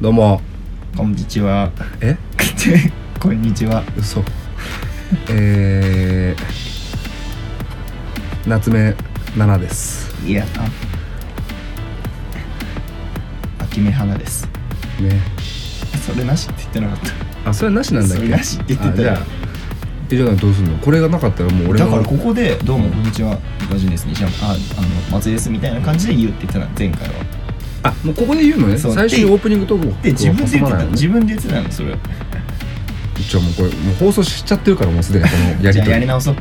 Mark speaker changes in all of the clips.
Speaker 1: どうも
Speaker 2: こんにちは。
Speaker 1: え
Speaker 2: こんにちは。
Speaker 1: 嘘えー、夏目奈々です
Speaker 2: いやな。秋目花です。
Speaker 1: ね
Speaker 2: それなしって言ってなかっ
Speaker 1: あそれなしなんだっ
Speaker 2: そ
Speaker 1: け
Speaker 2: れなしって言ってたよ
Speaker 1: あじゃあえじゃあどうすんのこれがなかったらもう
Speaker 2: た。
Speaker 1: 俺
Speaker 2: だ
Speaker 1: が
Speaker 2: からここで、どうもこんにちは。ガジュです。西山、あ、あの、松井ですみたいな感じで言うって言ってたの、前回は。
Speaker 1: あもうここで言うのね
Speaker 2: そう
Speaker 1: 最初にオープニングトークを
Speaker 2: で、自分で言
Speaker 1: 挟
Speaker 2: っ
Speaker 1: ま
Speaker 2: てた、
Speaker 1: ないのね
Speaker 2: 自分で言ってたの、それ。
Speaker 1: じゃあもうこれもう放送しちゃってるからもうすでにこ のやり
Speaker 2: じゃあ
Speaker 1: とり
Speaker 2: やり直そう。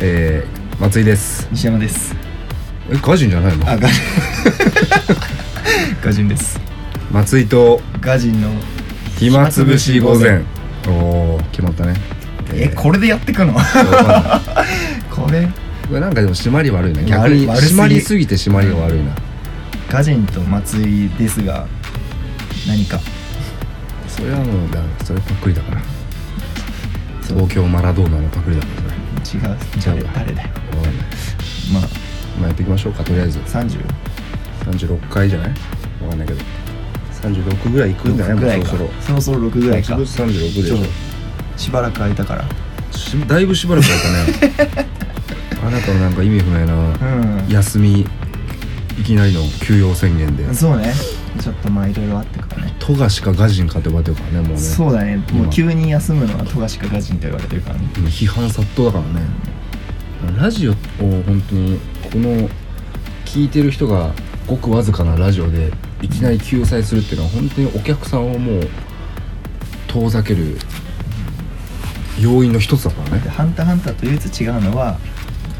Speaker 1: えー、松井です
Speaker 2: 西山です。
Speaker 1: えガジンじゃないの
Speaker 2: あ、ガジュ ガジュです。
Speaker 1: 松井と
Speaker 2: ガジュの。
Speaker 1: 暇つぶし午前おお決まったね
Speaker 2: え、これでやってくの
Speaker 1: そうわかんない
Speaker 2: これ
Speaker 1: これなんかでも締まり悪いな逆
Speaker 2: 悪い
Speaker 1: に
Speaker 2: 悪すぎ
Speaker 1: 締まりすぎて締まりが悪いな
Speaker 2: ガジンと松井ですが何か
Speaker 1: それはもうだそれパクリだから
Speaker 2: そう
Speaker 1: 東京マラドーナのパクリだからそれ
Speaker 2: 違う誰
Speaker 1: 違う
Speaker 2: 誰だよ
Speaker 1: わかんない
Speaker 2: まあ
Speaker 1: まあやっていきましょうかとりあえず
Speaker 2: 30
Speaker 1: 36回じゃないわかんないけど36ぐらいいくんじゃない
Speaker 2: ぐ
Speaker 1: もう
Speaker 2: ら
Speaker 1: そ
Speaker 2: い
Speaker 1: ろ
Speaker 2: か
Speaker 1: そろ
Speaker 2: そろそろ6ぐらいか
Speaker 1: もうすぐ36でし
Speaker 2: そ
Speaker 1: ょ
Speaker 2: うしばらく空いたから
Speaker 1: しだいぶしばらく空いたね あなたのなんか意味不明な
Speaker 2: う
Speaker 1: 休みいきなりの休養宣言で
Speaker 2: んそうねちょっとまあいろいろあってからね
Speaker 1: 富樫かガジンかって呼ばれてるからねもうね
Speaker 2: そうだねもう
Speaker 1: 今
Speaker 2: 急に休むのは富樫かガジンと言われてるからね
Speaker 1: もう批判殺到だからねラジオを本当にこの聞いてる人がごくわずかなラジオでいきなり救済するっていうのは本当にお客さんをもう遠ざける要因の一つだから
Speaker 2: で「
Speaker 1: ね
Speaker 2: ハンターハンター」と唯一違うのは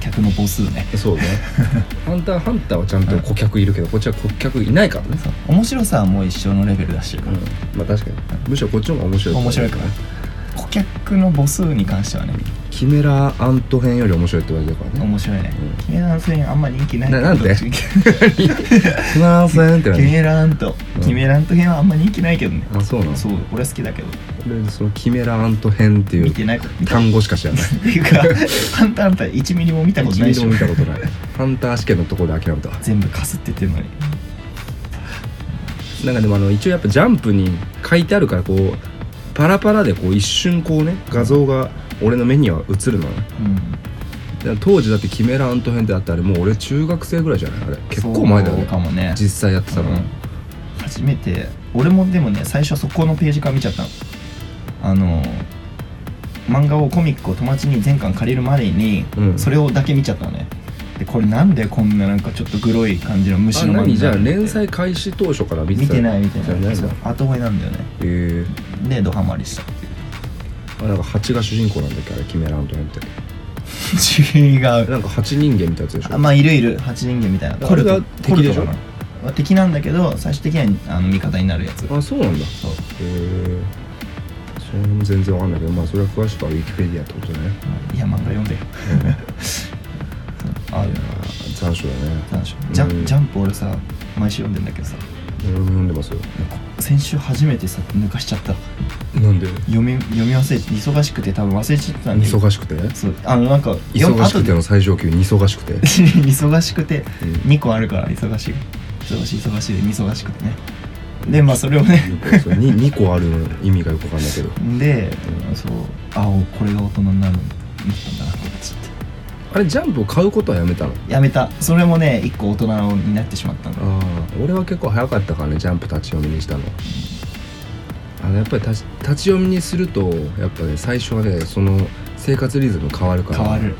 Speaker 2: 客の母数ね
Speaker 1: そうね「ハンターハンター」はちゃんと顧客いるけどこっちは顧客いないからね
Speaker 2: そう面白さはもう一緒のレベルだし、
Speaker 1: うんまあ確かにむしろこっちの方が面白い
Speaker 2: 面白いから顧客の母数に関してはね
Speaker 1: キメラアント編より面白いって言われてるからね
Speaker 2: 面白いね
Speaker 1: うん
Speaker 2: キメラン戦あんま人気ない
Speaker 1: ななんで
Speaker 2: キ
Speaker 1: キメラアント編ってなに
Speaker 2: メランと
Speaker 1: うん
Speaker 2: キメランと編はあんま人気ないけどね
Speaker 1: あそうなの
Speaker 2: そう俺好きだけど
Speaker 1: 俺そのキメラアント編ってい
Speaker 2: 見て
Speaker 1: う
Speaker 2: ないこと見たっ
Speaker 1: 単語しか知らない
Speaker 2: ていうか「ハンターハンター」1ミリも見たことないでし
Speaker 1: 一
Speaker 2: ょ
Speaker 1: ミリも見たことないハンター試験のところで諦めたわ
Speaker 2: 全部かすって言ってるのに
Speaker 1: なんかでもあの一応やっぱジャンプに書いてあるからこうパラパラでこう一瞬こうね画像が俺の目には映るのね
Speaker 2: うん
Speaker 1: で当時だってキメラアント編ってあってあれもう俺中学生ぐらいじゃないあれ結構前だよ
Speaker 2: そう
Speaker 1: ね
Speaker 2: かもね
Speaker 1: 実際やってたの、
Speaker 2: うん初めて俺もでもね最初そこのページから見ちゃったのあの漫画をコミックを友達に全巻借りるまでに、
Speaker 1: うん
Speaker 2: それをだけ見ちゃったのねでこれなんでこんななんかちょっとグロい感じの
Speaker 1: あ
Speaker 2: 虫の漫画
Speaker 1: 何じゃあ連
Speaker 2: 載
Speaker 1: 載開始当初から見て
Speaker 2: 見
Speaker 1: た
Speaker 2: てない見てない
Speaker 1: じ
Speaker 2: そ
Speaker 1: ゃ
Speaker 2: う
Speaker 1: あ
Speaker 2: 後追いなんだよね
Speaker 1: 何へ
Speaker 2: でドハマりしたっていう
Speaker 1: えあなんか蜂が主人公なんだっけあれキメラアント編っ て
Speaker 2: 違う
Speaker 1: なんか蜂人間みたいなやつでしょ
Speaker 2: あまあいるいる八人間みたいな
Speaker 1: あれが
Speaker 2: コルト
Speaker 1: 敵でしょ
Speaker 2: コルトかな敵なんだけど最終的にはあの味方になるやつ
Speaker 1: あそうなんだへ
Speaker 2: そう
Speaker 1: えそれも全然わかんないけどまあそれは詳しくはウィキペディアってことね
Speaker 2: いや漫画読ん でよあ
Speaker 1: いやー残暑だね
Speaker 2: なんでしょうジャ
Speaker 1: う
Speaker 2: ン
Speaker 1: ん
Speaker 2: ジャンプ俺さ毎週読んでんだけどさ
Speaker 1: 俺も読んでますよ
Speaker 2: 先週初めてさ抜かしちゃった
Speaker 1: なんで
Speaker 2: 読み読み忘れて忙しくて多分忘れちゃったんで
Speaker 1: 忙しくて
Speaker 2: そうあのなんか
Speaker 1: 忙しくて
Speaker 2: 読む
Speaker 1: の最上級に忙しくて
Speaker 2: 後で忙しくて
Speaker 1: うん
Speaker 2: 2個あるから忙しい忙しい忙しいで忙しくてねでまあそれをね
Speaker 1: それに2個ある意味がよくわかんないけど
Speaker 2: でそうあおこれが大人になるんだったんだなと思っちゃって
Speaker 1: あれジャンプを買うことはやめたの
Speaker 2: やめたそれもね一個大人になってしまったんだ
Speaker 1: ああ俺は結構早かったからねジャンプ立ち読みにしたのあのやっぱり立ち立ち読みにするとやっぱね最初はねその生活リズム変わるから
Speaker 2: 変わる、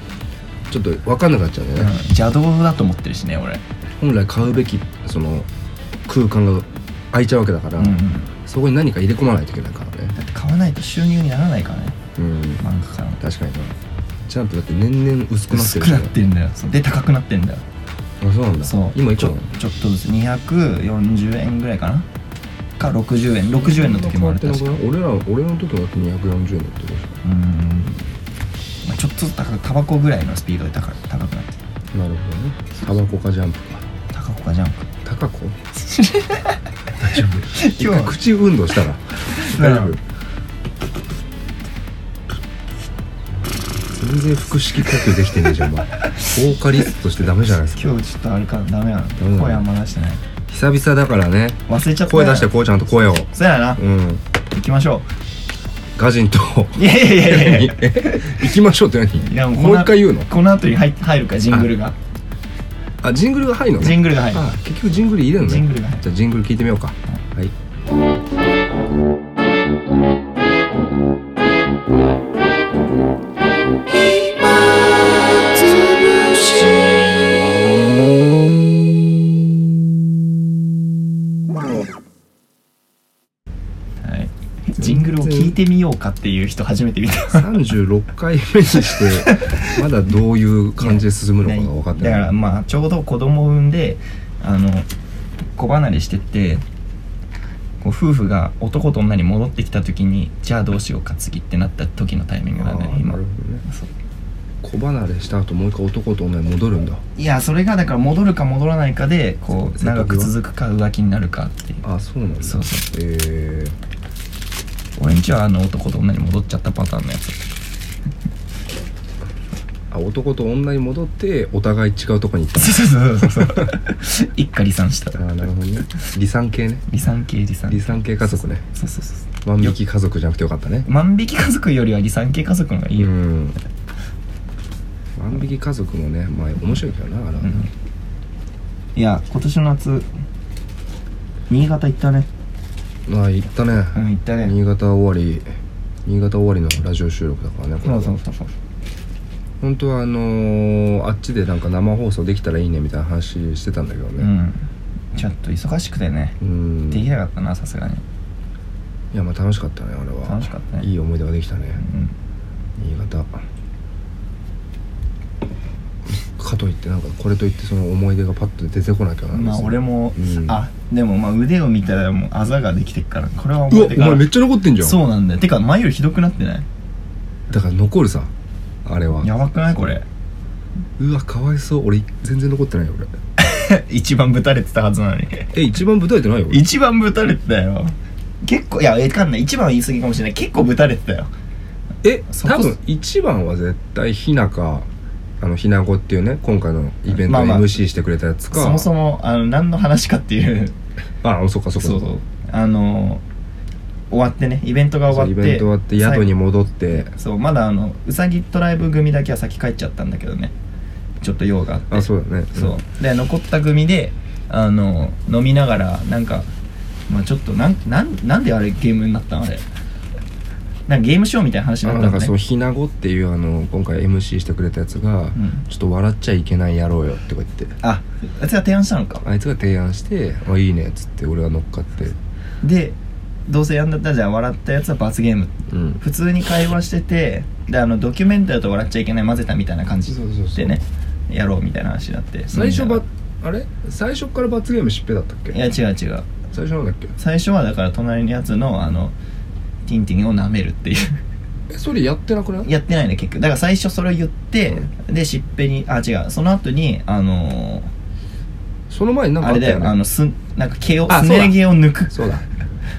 Speaker 1: ちょっと分かんなくなっちゃうんだ
Speaker 2: う
Speaker 1: よ
Speaker 2: ん
Speaker 1: ね、、
Speaker 2: 邪道だと思ってるしね俺
Speaker 1: 本来買うべきその空間が空いちゃうわけだから、
Speaker 2: うんうん
Speaker 1: そこに何か入れ込まないといけないからね
Speaker 2: だって買わないと収入にならないからね
Speaker 1: うん
Speaker 2: 漫画からの
Speaker 1: 確かになジャンプだって年々薄くなって
Speaker 2: 薄
Speaker 1: る
Speaker 2: く
Speaker 1: じゃ
Speaker 2: なんってんだよそうで高くなってんだよ
Speaker 1: あそうなんだ
Speaker 2: そう
Speaker 1: 今いく
Speaker 2: ち
Speaker 1: ら
Speaker 2: ょ
Speaker 1: なの
Speaker 2: ちょっとずつ240円ぐらいかなか60円60円の時もある確か
Speaker 1: 俺ら俺の時もだって240円だったでし
Speaker 2: うーん、まあ、ちょっとずつ高くタバコぐらいのスピードで高く高くなってる
Speaker 1: ょなるほどねタバコかジャンプか
Speaker 2: 高子かジャンプ
Speaker 1: タカコ大丈夫 一
Speaker 2: 今日
Speaker 1: 回
Speaker 2: は
Speaker 1: 口運動した ら大丈夫全然腹式呼吸できて ねえじゃんお前ボーカリストとしてダメじゃないですか
Speaker 2: 今日ちょっとあれかダメな
Speaker 1: メな
Speaker 2: の
Speaker 1: の
Speaker 2: 声あんま出してない
Speaker 1: 久々だからね
Speaker 2: 忘れちゃった
Speaker 1: 声出してこうちゃんと声を
Speaker 2: そうやな
Speaker 1: うん
Speaker 2: 行きましょ
Speaker 1: ガジンと
Speaker 2: うい やいやいやいや
Speaker 1: 行きましょうって何
Speaker 2: いやもうこ
Speaker 1: も
Speaker 2: ん
Speaker 1: う
Speaker 2: な
Speaker 1: 一回言うの
Speaker 2: この後に入入るかジングルが
Speaker 1: あジングルが入るの
Speaker 2: ジングルが入る
Speaker 1: あ結局ジングル入れるの
Speaker 2: ジン
Speaker 1: ね
Speaker 2: グルが入る
Speaker 1: じゃあジングル聞いてみようかはい
Speaker 2: はいジングルを聞いてみようかっていう人初めて見た
Speaker 1: 36回目にしてまだどういう感じで進むのかが分かっ て
Speaker 2: だか
Speaker 1: な
Speaker 2: ら
Speaker 1: い
Speaker 2: まあちょうど子供を産んであの子離れしてってこう夫婦が男と女に戻ってきた時にじゃあどうしようか次ってなった時のタイミングなんだ
Speaker 1: あ
Speaker 2: ね
Speaker 1: ー
Speaker 2: 今
Speaker 1: なるほどね
Speaker 2: そう
Speaker 1: 小離れした後もう一回男と女に戻るんだ
Speaker 2: いやそれがだから戻るか戻らないかでこう
Speaker 1: 選択
Speaker 2: 長
Speaker 1: は
Speaker 2: く続くか浮気になるかっていう
Speaker 1: あそうなんだ
Speaker 2: そう
Speaker 1: えー、
Speaker 2: 俺んちはあの男と女に戻っちゃったパターンのやつ
Speaker 1: あ男と女に戻ってお互い違うとこに行った
Speaker 2: そうそうそうそう一家離散した
Speaker 1: あーなるほ どね離散系ね
Speaker 2: 離散系離散
Speaker 1: 離散系家族ね
Speaker 2: そうそうそうそう
Speaker 1: 万引き家族じゃなくてよかったね
Speaker 2: 万引き家族よりは離散系家族の方がいいうよ、
Speaker 1: ん万引き家族もねまあ面白いけどなあれは
Speaker 2: うんいや今年の夏新潟行ったね
Speaker 1: まあ行ったね、
Speaker 2: うん行ったね
Speaker 1: 新潟終わり新潟終わりのラジオ収録だからねこれ
Speaker 2: そ
Speaker 1: は
Speaker 2: うそうそうそう
Speaker 1: 本当はあのーあっちでなんか生放送できたらいいねみたいな話してたんだけど
Speaker 2: う
Speaker 1: ね
Speaker 2: んちょっと忙しくてね
Speaker 1: うん
Speaker 2: でき
Speaker 1: い
Speaker 2: なかったなさすがに
Speaker 1: やまあ楽しかったねあれは
Speaker 2: 楽しかったね
Speaker 1: いい思い出ができたね
Speaker 2: うん
Speaker 1: 新潟かといってなんかこれといってその思い出がパッと出てこないけどな
Speaker 2: まあ俺も、
Speaker 1: うん
Speaker 2: あでもまあ腕を見たらもうあざができてっからこれは
Speaker 1: うわ
Speaker 2: 思
Speaker 1: お
Speaker 2: い出が
Speaker 1: 前めっちゃ残ってんじゃん
Speaker 2: そうなんだよてか前よりひどくなってない
Speaker 1: だから残るさあれは
Speaker 2: やばくないこれ
Speaker 1: うわかわいそう俺全然残ってないよ俺
Speaker 2: 一番ぶたれてたはずなのに
Speaker 1: え一番ぶたれてないよ俺
Speaker 2: 一番ぶたれてたよ結構いやわかんない一番は言い過ぎかもしれない結構ぶたれてたよ
Speaker 1: え
Speaker 2: そこ
Speaker 1: 多分一番は絶対ひなかあのひなごっていうね今回のイベン
Speaker 2: ま
Speaker 1: ト
Speaker 2: あ
Speaker 1: で
Speaker 2: まあ
Speaker 1: MC してくれたやつか、
Speaker 2: そもそもあの何の話かっていう
Speaker 1: ああそっかそっか
Speaker 2: そうそうあの終わってねイベントが終わ
Speaker 1: そう
Speaker 2: っ
Speaker 1: イ
Speaker 2: て
Speaker 1: ベント終わって宿に
Speaker 2: 最後
Speaker 1: 戻って
Speaker 2: そうまだあのうさぎトライブ組だけは先帰っちゃったんだけどねちょっと用があって
Speaker 1: あそうだね
Speaker 2: そうで残った組であの飲みながらなんか、まあ、ちょっとなんなんなんであれゲームになったのあれなんかゲームショーみたいな話に
Speaker 1: あ
Speaker 2: なった
Speaker 1: なん
Speaker 2: の
Speaker 1: か
Speaker 2: ね
Speaker 1: そうひなごっていうあの今回 MC してくれたやつが、
Speaker 2: ん
Speaker 1: ちょっと笑っちゃいけないやろうよってこう言って
Speaker 2: ああいつが提案したのか
Speaker 1: あいつが提案して「あいいね」っつって俺が乗っかって
Speaker 2: でどうせやんだったらじゃあ笑ったやつは罰ゲーム
Speaker 1: うん
Speaker 2: 普通に会話しててであのドキュメンタリーと笑っちゃいけない混ぜたみたいな感じ
Speaker 1: そうそうそう
Speaker 2: でねやろうみたいな話になって
Speaker 1: 最初
Speaker 2: みんな
Speaker 1: ばあれ最初から罰ゲームしっぺだったっけ
Speaker 2: いや違う違う
Speaker 1: 最初なんだっけ
Speaker 2: 最初はだから隣のやつのあのティンティンを舐めるっていう
Speaker 1: えそれやってなくない
Speaker 2: やってないね結局だから最初それを言って、でしっぺにあ違うその後にあの
Speaker 1: その前に
Speaker 2: ー
Speaker 1: なんか
Speaker 2: あ
Speaker 1: あっ
Speaker 2: れ
Speaker 1: た
Speaker 2: だ
Speaker 1: よ
Speaker 2: よ
Speaker 1: ね
Speaker 2: あのすんなんか毛を
Speaker 1: あ
Speaker 2: す
Speaker 1: そうだ
Speaker 2: ね毛を抜く
Speaker 1: そうだ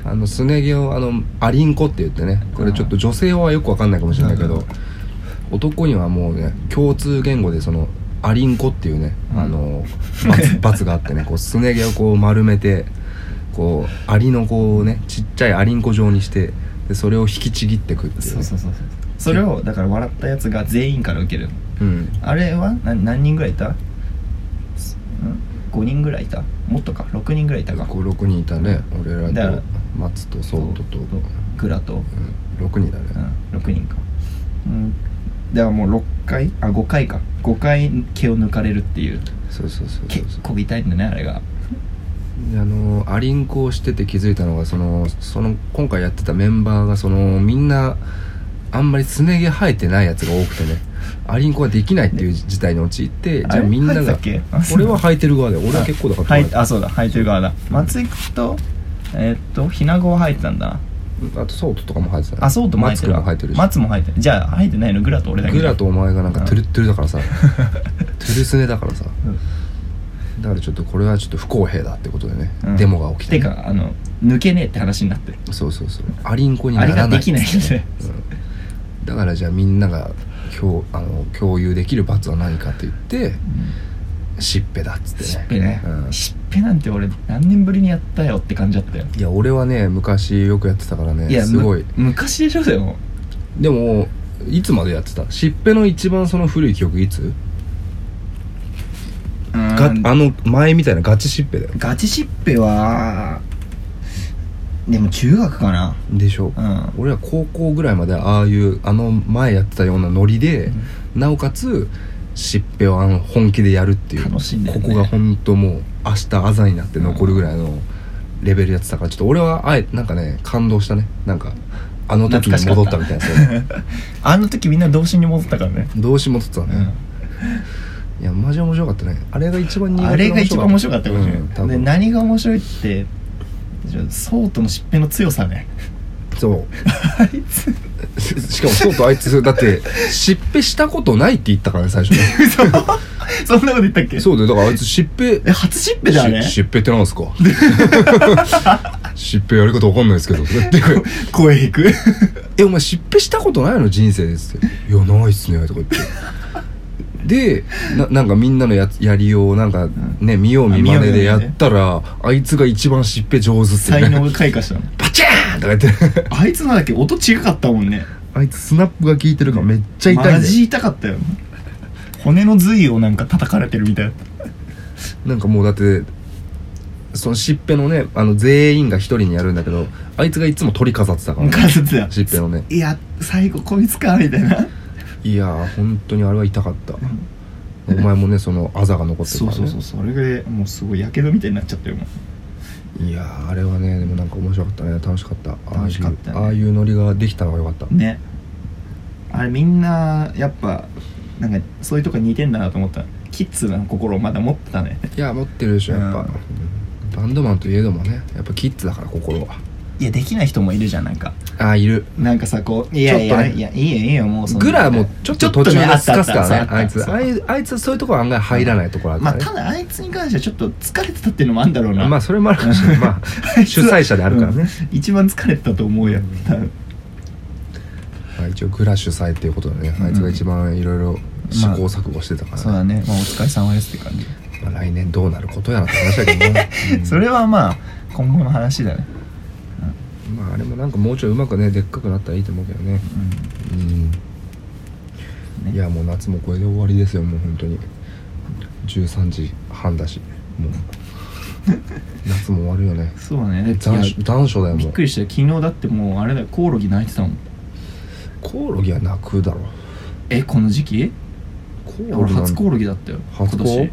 Speaker 1: あのすね毛をあのアリンコって言ってねこれちょっと女性はよくわかんないかもしれないけ
Speaker 2: う
Speaker 1: ど
Speaker 2: ん
Speaker 1: 男にはもうね共通言語でそのアリンコっていうね、
Speaker 2: うん
Speaker 1: あの 罰罰があってねこうすね毛をこう丸めてこうアリのこうねちっちゃいアリンコ状にしてでそれを引きちぎってくっていう,、ね
Speaker 2: そうそうそうそうそれをだから笑ったやつが全員から受ける
Speaker 1: うん、
Speaker 2: あれはな何人ぐらいいたすん ?5 人ぐらいいたもっとか6人ぐらいいたか
Speaker 1: こう6人いたね俺
Speaker 2: だからら
Speaker 1: と松とソウトと、う、
Speaker 2: グラと、うん
Speaker 1: 6人だね、
Speaker 2: ん、6人かうんだからもう6回あ5回か5回毛を抜かれるっていう
Speaker 1: そうそうそうそう
Speaker 2: 結構痛いんだねあれが
Speaker 1: であのアリンコをしてて気づいたのがそのその今回やってたメンバーがそのみんなあんまりすね毛生えてないやつが多くてねアリンコができないっていう事態に陥って
Speaker 2: あ
Speaker 1: じゃあ
Speaker 2: れ
Speaker 1: みんな
Speaker 2: 生え
Speaker 1: が
Speaker 2: てたっけあ
Speaker 1: 俺は生えてる側で俺は結構だから
Speaker 2: はいあそうだ履いてる側だ松井君とえーっとひなごは履いてたんだな
Speaker 1: あとソウトとかも生えてた
Speaker 2: あそうとも履いてる
Speaker 1: マツ君も生えてるし
Speaker 2: 松も履いてるじゃあ履いてないのグラと俺だけ
Speaker 1: グラとお前がなんかトゥルットゥル だからさトゥルスネだからさ
Speaker 2: うん
Speaker 1: だからちょっとこれはちょっと不公平だってことでね、
Speaker 2: うん
Speaker 1: デモが起きて
Speaker 2: てかあの抜けねえって話になってる
Speaker 1: そうそうそうアリンコにな
Speaker 2: あれ
Speaker 1: らない
Speaker 2: ができないよね
Speaker 1: うんだからじゃあみんなが共あの共有できる罰は何かって言ってしっぺだっつってね
Speaker 2: しっぺね
Speaker 1: うん
Speaker 2: しっペなんて俺何年ぶりにやったよって感じだったよ
Speaker 1: いや俺はね昔よくやってたからね
Speaker 2: いや
Speaker 1: すごい
Speaker 2: む昔でしょでも
Speaker 1: でもいつまでやってたしっぺの一番その古い記憶いつが
Speaker 2: うん
Speaker 1: あの前みたいなガチしっぺだよ
Speaker 2: ガチしっぺはでも中学かな
Speaker 1: でしょ
Speaker 2: うん
Speaker 1: 俺は高校ぐらいまでああいうあの前やってたようなノリで、なおかつしっぺをあの本気でやるっていう
Speaker 2: 楽しんでるね
Speaker 1: ここが本当もう明日あざになって残るぐらいのレベルやってたからちょっと俺はあえなんかね感動したねなんかあの時に戻ったみたいなそう
Speaker 2: あの時みんな童心に戻ったからね、
Speaker 1: どうしもとったね、いやマジ面白かったねあれが一番苦手な
Speaker 2: あれが一番面白かったかもしれ
Speaker 1: うん
Speaker 2: な
Speaker 1: 多
Speaker 2: い、で
Speaker 1: 分
Speaker 2: 何が面白いってソートのしっぺの強さね
Speaker 1: そ
Speaker 2: あいつ
Speaker 1: うしかもそうとあいつだってしっぺしたことないって言ったからね最初 ね
Speaker 2: 嘘そんなこと言ったっけ
Speaker 1: そうだよだからあいつしっぺ
Speaker 2: え初しっぺだよね
Speaker 1: ししっぺってなんすかしっぺやり方わかんない ですけどって
Speaker 2: 声引 く
Speaker 1: えお前しっぺしたことないの人生ですっていやないっすねとか言ってでななんかみんなのやつやりようなんかね、見よう見まねでやったらあいつが一番しっぺ上手ってね
Speaker 2: 才能が開花したの
Speaker 1: バチャーンとか言って
Speaker 2: あいつなんだっけ音違かったもんね
Speaker 1: あいつスナップが効いてるからめっちゃ痛いんだよ
Speaker 2: マジ痛かったよ骨の髄をなんか叩かれてるみたい
Speaker 1: なんかもうだってそのしっぺのねあの全員が一人にやるんだけどあいつがいつも取り飾ってたから、
Speaker 2: な感
Speaker 1: ね、
Speaker 2: じだよ
Speaker 1: しっぺのね
Speaker 2: いや最後こいつかみたいない
Speaker 1: やー本当にあれは痛かったお前もねそのあざが残ってるか
Speaker 2: そ
Speaker 1: ら、
Speaker 2: う
Speaker 1: ね、
Speaker 2: そうそうそれぐらいもうすごいやけどみたいになっちゃったよもう
Speaker 1: いやーあれはねでもなんか面白かったね楽しかったああいう
Speaker 2: 楽しかったね
Speaker 1: ああいうノリができたのが良かった
Speaker 2: ねあれみんなやっぱなんかそういうとこ似てんだなと思ったキッズの心をまだ持ってたね
Speaker 1: いや持ってるでしょやっぱ、
Speaker 2: うん
Speaker 1: バンドマンといえどもねやっぱキッズだから心はい
Speaker 2: やできない人もいるじゃんなんか
Speaker 1: ああいる
Speaker 2: なんかさこういやいや、
Speaker 1: ちょっと
Speaker 2: い
Speaker 1: ね
Speaker 2: やいいよいいよもうそんな
Speaker 1: グラもちょっと途中
Speaker 2: ね
Speaker 1: でスカすからね
Speaker 2: った
Speaker 1: あ
Speaker 2: っ
Speaker 1: い
Speaker 2: た
Speaker 1: つ
Speaker 2: そう
Speaker 1: あいあいつはそういうところ案外入らないところある
Speaker 2: ま
Speaker 1: か
Speaker 2: あ
Speaker 1: ら、ね
Speaker 2: ただあいつに関してはちょっと疲れてたっていうのもあるんだろうな
Speaker 1: まあそれもあるかもし れないまあ主催者であるからね、
Speaker 2: うん一番疲れてたと思うよ多分
Speaker 1: まあ、一応グラ主催っていうことでね、あいつが一番いろいろ試行錯誤してたから、ね
Speaker 2: そうだね、まあ、お疲れ様ですって感じ、
Speaker 1: まあ、来年どうなることやらって話だけ どね、うん
Speaker 2: それはまあ今後の話だね、
Speaker 1: まああれもなんかもうちょいうまくねでっかくなったらいいと思うけどね
Speaker 2: うん
Speaker 1: うん、
Speaker 2: ね
Speaker 1: いやもう夏もこれで終わりですよもう本当に13時半だし もう夏も終わるよね
Speaker 2: そうだね
Speaker 1: 残暑
Speaker 2: い
Speaker 1: 残暑だ
Speaker 2: や
Speaker 1: よ
Speaker 2: び
Speaker 1: も
Speaker 2: っ
Speaker 1: う
Speaker 2: くりしたよ昨日だってもうあれだよコオロギ泣いてたもん
Speaker 1: コオロギは泣くだろ
Speaker 2: えこの時期い
Speaker 1: コ
Speaker 2: や俺
Speaker 1: なん
Speaker 2: 初コオロギだったよ今
Speaker 1: 初コ
Speaker 2: 年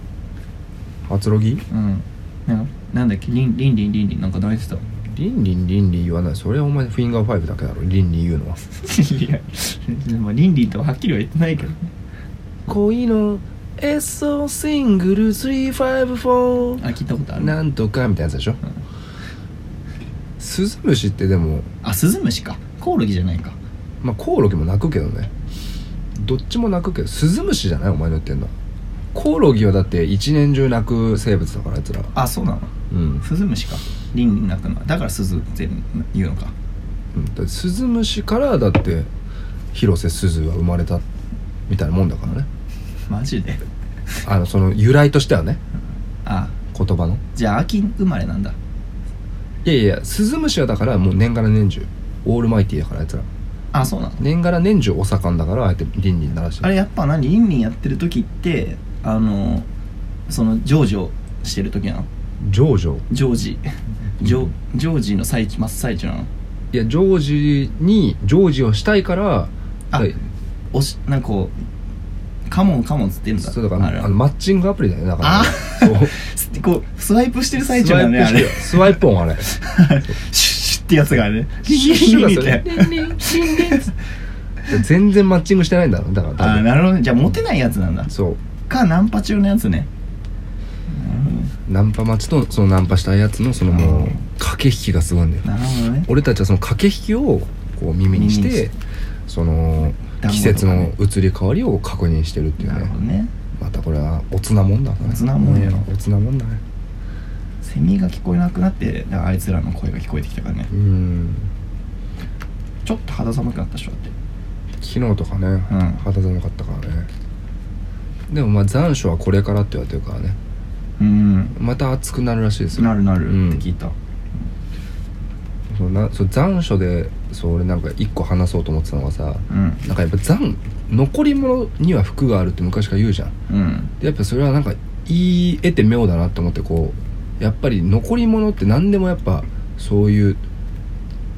Speaker 1: 初ロギ
Speaker 2: うんなんかなんだっけリンリンリンリンリンなんか泣いてた
Speaker 1: リンリンリンリン言わないそれはお前フィンガーファイブだけだろリンリン言うのはい
Speaker 2: やでもリンリンとははっきりは言ってないけどね
Speaker 1: 恋の SO シングル354
Speaker 2: あ聞いたことある
Speaker 1: なんとかみたいなやつでしょ、スズムシってでも、
Speaker 2: あスズムシかコオロギじゃないか
Speaker 1: まあ、コオロギも鳴くけどねどっちも鳴くけどスズムシじゃないお前の言ってんのコオロギはだって一年中鳴く生物だからあいつら
Speaker 2: あそうなの
Speaker 1: うん、
Speaker 2: スズムシかリンリン鳴くのはだからスズって言うのか
Speaker 1: うん、だってスズムシからだって広瀬すずは生まれたみたいなもんだからね
Speaker 2: マジで
Speaker 1: あのその由来としてはね
Speaker 2: あ
Speaker 1: 言葉の
Speaker 2: じゃあ秋生まれなんだ
Speaker 1: いやいやスズムシはだからもう年がら年中オールマイティーだからあいつら
Speaker 2: あそうなの
Speaker 1: 年がら年中お盛んだからあえて倫理にならしてる
Speaker 2: あれやっぱ何リンリンやってる時ってあのそのジョージをしてる時なの
Speaker 1: ジョージョ
Speaker 2: ジョージジョジョージの最中真っ最中なの
Speaker 1: いやジョージにジョージをしたいから
Speaker 2: あ
Speaker 1: はい
Speaker 2: おしなんかこうカモンカモンっつってんだ
Speaker 1: そうだから
Speaker 2: あれ
Speaker 1: あのマッチングアプリだよねだから
Speaker 2: あ
Speaker 1: そう
Speaker 2: すこうスワイプしてる最中だねあれ
Speaker 1: スワイプ音あれ
Speaker 2: シュッシュッってやつがね
Speaker 1: シュッシュがそれ
Speaker 2: リンリンリンリンみたいな
Speaker 1: 全然マッチングしてないんだろうねだから多
Speaker 2: あー
Speaker 1: 分
Speaker 2: なるほどねじゃあモテないやつなんだ
Speaker 1: そう
Speaker 2: かナンパ中のやつねなるほどね
Speaker 1: ナンパ待ちとそのナンパしたやつのそのもう
Speaker 2: あー
Speaker 1: 駆け引きがすごいんだよ
Speaker 2: なるほどね
Speaker 1: 俺たちはその駆け引きをこう耳にし
Speaker 2: 耳に
Speaker 1: て
Speaker 2: し
Speaker 1: そ
Speaker 2: 団子
Speaker 1: の
Speaker 2: とかね
Speaker 1: 季節の移り変わりを確認してるっていう
Speaker 2: なるほど
Speaker 1: ね
Speaker 2: ね
Speaker 1: またこれはおつなもんだね
Speaker 2: おつなもんよ
Speaker 1: うおつなもんだね
Speaker 2: セミが聞こえなくなってだからあいつらの声が聞こえてきたからね
Speaker 1: うん
Speaker 2: ちょっと肌寒くなったっしょだって
Speaker 1: 昨日とかね、肌寒かったからねでもまあ残暑はこれからって言われてるからね
Speaker 2: うん
Speaker 1: また暑くなるらしいですよ
Speaker 2: なるなる
Speaker 1: う
Speaker 2: っ
Speaker 1: ん
Speaker 2: て聞いた、
Speaker 1: そうなそう残暑でそう俺なんか一個話そうと思ってたのがさ
Speaker 2: うん
Speaker 1: なんかやっぱ残残り物には服があるって昔から言うじゃん
Speaker 2: うん
Speaker 1: でやっぱそれはなんか言い得て妙だなって思ってこうやっぱり残り物って何でもやっぱそういう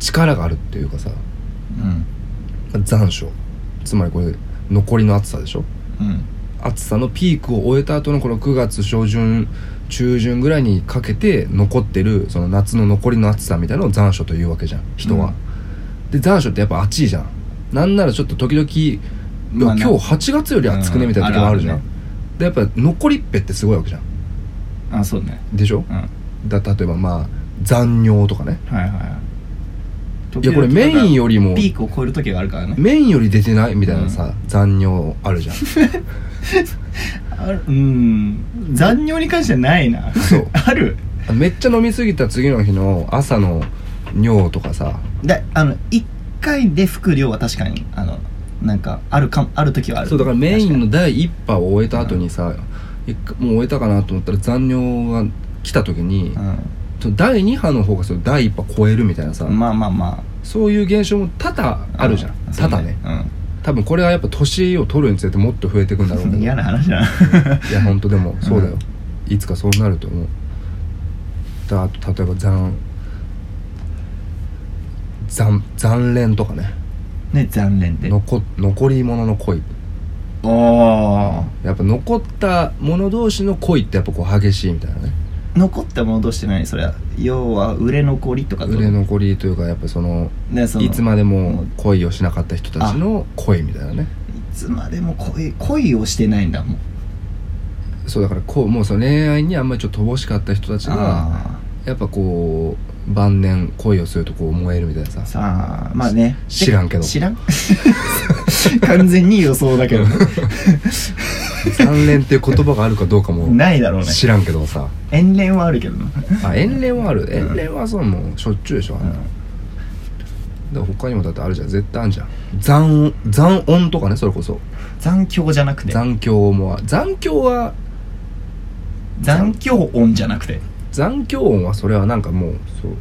Speaker 1: 力があるっていうかさ
Speaker 2: うん
Speaker 1: 残暑つまりこれ残りの暑さでしょ
Speaker 2: うん
Speaker 1: 暑さのピークを終えた後のこの9月初旬中旬ぐらいにかけて残ってるその夏の残りの暑さみたいなのを残暑というわけじゃん人は、で残暑ってやっぱ暑いじゃんなんならちょっと時々いや
Speaker 2: まあ
Speaker 1: 今
Speaker 2: ね
Speaker 1: 日8月より暑くねみたいな時もあるじゃん、
Speaker 2: うんある
Speaker 1: でやっぱ残りっぺってすごいわけじゃん
Speaker 2: あそうね
Speaker 1: でしょ
Speaker 2: うんはい
Speaker 1: だ例えばまあ残尿とかね
Speaker 2: はいはい
Speaker 1: いやこれメイン
Speaker 2: よ
Speaker 1: よりも
Speaker 2: ピークを超える時があるからね
Speaker 1: メインより出てないみたいなさ、残尿あるじゃん
Speaker 2: あるうん残尿に関してはないな
Speaker 1: そう
Speaker 2: ある
Speaker 1: めっちゃ飲みすぎた次の日の朝の尿とかさ
Speaker 2: だあの1回で服量は確かにあのなんかあるかもある時はある
Speaker 1: そうだからメインの
Speaker 2: 確
Speaker 1: 第一波を終えた後にさ、一回もう終えたかなと思ったら残尿が来た時に、
Speaker 2: かに
Speaker 1: その第2波の方がその第一波超えるみたいなさ、
Speaker 2: うんまあまあま
Speaker 1: そういう現象も多々
Speaker 2: あ
Speaker 1: あるじゃん
Speaker 2: う
Speaker 1: 多々ね多分これはやっぱ年を取るにつれてもっと増えていくんだろう
Speaker 2: う
Speaker 1: け
Speaker 2: ん
Speaker 1: ど
Speaker 2: 嫌な話だない
Speaker 1: や本当でも
Speaker 2: ん
Speaker 1: そうだよ、いつかそうなると思うだあと例えば残残残連とかね
Speaker 2: ね残念で
Speaker 1: 残残り物の恋
Speaker 2: おお
Speaker 1: やっぱ残った者同士の恋ってやっぱこう激しいみたいなね
Speaker 2: 残ったものどうしてないそれは要は売れ残りとかと
Speaker 1: 売れ残りというかやっぱその
Speaker 2: ねその
Speaker 1: いつまでも恋をしなかった人たちの恋みたいなね
Speaker 2: いつまでも恋恋をしてないんだもん
Speaker 1: そうだからこうもうその恋愛にあんまりちょっと乏しかった人たちが
Speaker 2: あ
Speaker 1: やっぱこう晩年恋をするとこう燃えるみたいなさ
Speaker 2: あさあまあね
Speaker 1: 知らんけど
Speaker 2: 知らん 完全に予想だけど ね
Speaker 1: 三連っていう言葉があるかどうかも
Speaker 2: ないだろうね
Speaker 1: 知らんけどさ
Speaker 2: 遠恋はあるけどな
Speaker 1: あ遠恋はある
Speaker 2: ん
Speaker 1: 遠恋はそうもうしょっちゅうでしょあんなだから他にもだってあるじゃん絶対あるじゃん残残音とかねそれこそ
Speaker 2: 残響じゃなくて
Speaker 1: 残響も残響は
Speaker 2: 残響音じゃなくて
Speaker 1: 残響音はそれはなんかもうそう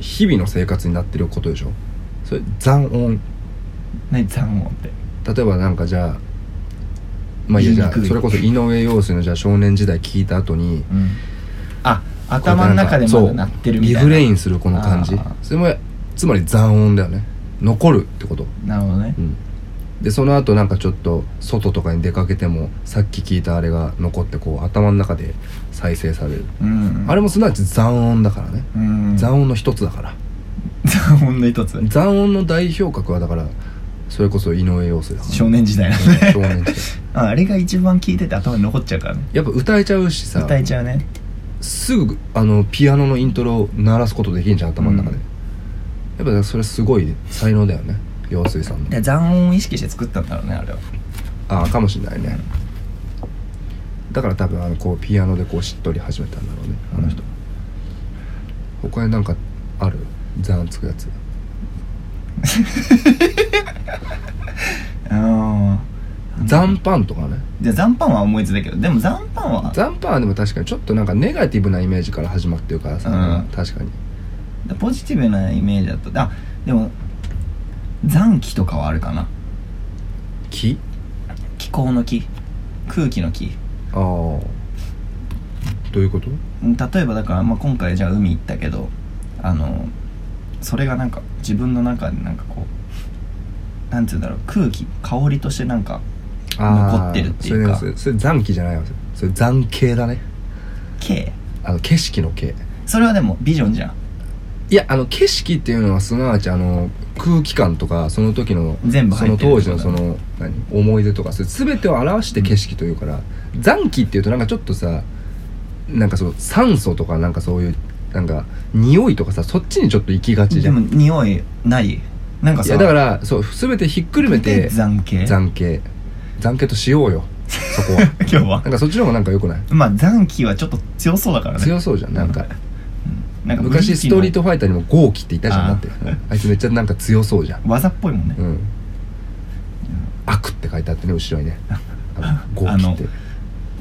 Speaker 1: 日々の生活になってることでしょそれ残音
Speaker 2: 何残音って
Speaker 1: 例えばなんかじゃあまあいいやじゃあ
Speaker 2: 言いにくい
Speaker 1: それこそ井上陽水のじゃあ少年時代聞いた後に
Speaker 2: うんあ頭の中でまだ鳴ってるみたいな
Speaker 1: そうリフレインするこの感じ
Speaker 2: あー
Speaker 1: それもつまり残音だよね残るってこと
Speaker 2: なるほどね
Speaker 1: うんでその後なんかちょっと外とかに出かけてもさっき聞いたあれが残ってこう頭の中で再生される、
Speaker 2: うん
Speaker 1: あ
Speaker 2: れ
Speaker 1: れもすなわち残音だからね、
Speaker 2: うん
Speaker 1: 残音の一つだから
Speaker 2: 残音の一つ
Speaker 1: 残音の代表格はだからそれこそ井上陽水だから
Speaker 2: 少年時代の
Speaker 1: ね、
Speaker 2: ね
Speaker 1: 少年時代
Speaker 2: ああれが一番聴いてて頭に残っちゃうからね
Speaker 1: やっぱ歌えちゃうしさ
Speaker 2: 歌えちゃうね
Speaker 1: すぐあのピアノのイントロを鳴らすことできんじゃん頭の中で、
Speaker 2: うん
Speaker 1: やっぱだからそれすごい才能だよね陽水さんの
Speaker 2: で残音を意識して作ったんだろうねあれは
Speaker 1: ああかもしれないねだから多分あのこうピアノでこうしっとり始めたんだろうねあの人、他になんかあるザンつくやつ
Speaker 2: あ
Speaker 1: 残飯とかね
Speaker 2: あで残飯は思いつだけどでも残飯は
Speaker 1: 残飯はでも確かにちょっとなんかネガティブなイメージから始まってるからさ、
Speaker 2: うん
Speaker 1: 確かに
Speaker 2: ポジティブなイメージだとあでも残気とかはあるかな
Speaker 1: 木
Speaker 2: 気候の気空気の気
Speaker 1: ああどういうこと
Speaker 2: うん例えばだから、まあ、今回じゃあ海行ったけどあのそれがなんか自分の中でなんかこうなんて言うんだろう空気香りとしてなんか
Speaker 1: あー
Speaker 2: 残ってるっていうか
Speaker 1: それ,、ね、それそれ残機じゃないわそれ残景だね
Speaker 2: 景
Speaker 1: あの景色の景
Speaker 2: それはでもビジョンじゃん
Speaker 1: いやあの景色っていうのはすなわちあの空気感とかその時の
Speaker 2: 全部
Speaker 1: そ
Speaker 2: 入
Speaker 1: の
Speaker 2: ってる
Speaker 1: 当
Speaker 2: って
Speaker 1: 時
Speaker 2: こ
Speaker 1: の
Speaker 2: とだ
Speaker 1: そ
Speaker 2: ね
Speaker 1: の何思い出とかそれ全てを表して景色というから、残機っていうとなんかちょっとさなんかそう酸素とかなんかそういうなんか匂いとかさそっちにちょっと行きがちじ
Speaker 2: で
Speaker 1: ゃん
Speaker 2: も匂いないなんか
Speaker 1: い
Speaker 2: さ
Speaker 1: やだからそう全てひっくるめて
Speaker 2: 残景
Speaker 1: 残景残景としようよそ こは
Speaker 2: 今日は
Speaker 1: なんかそっちの方がなんか良くない
Speaker 2: まあ残機はちょっと強そうだからね
Speaker 1: 強そうじゃんなんか
Speaker 2: なんか
Speaker 1: 昔ストリー
Speaker 2: ト
Speaker 1: トファイターにもゴーキっていたじゃんだってあいつめっちゃなんか強そうじゃん
Speaker 2: 技っぽいもんね
Speaker 1: うん 悪って書いてあってね後ろにねあのゴーキって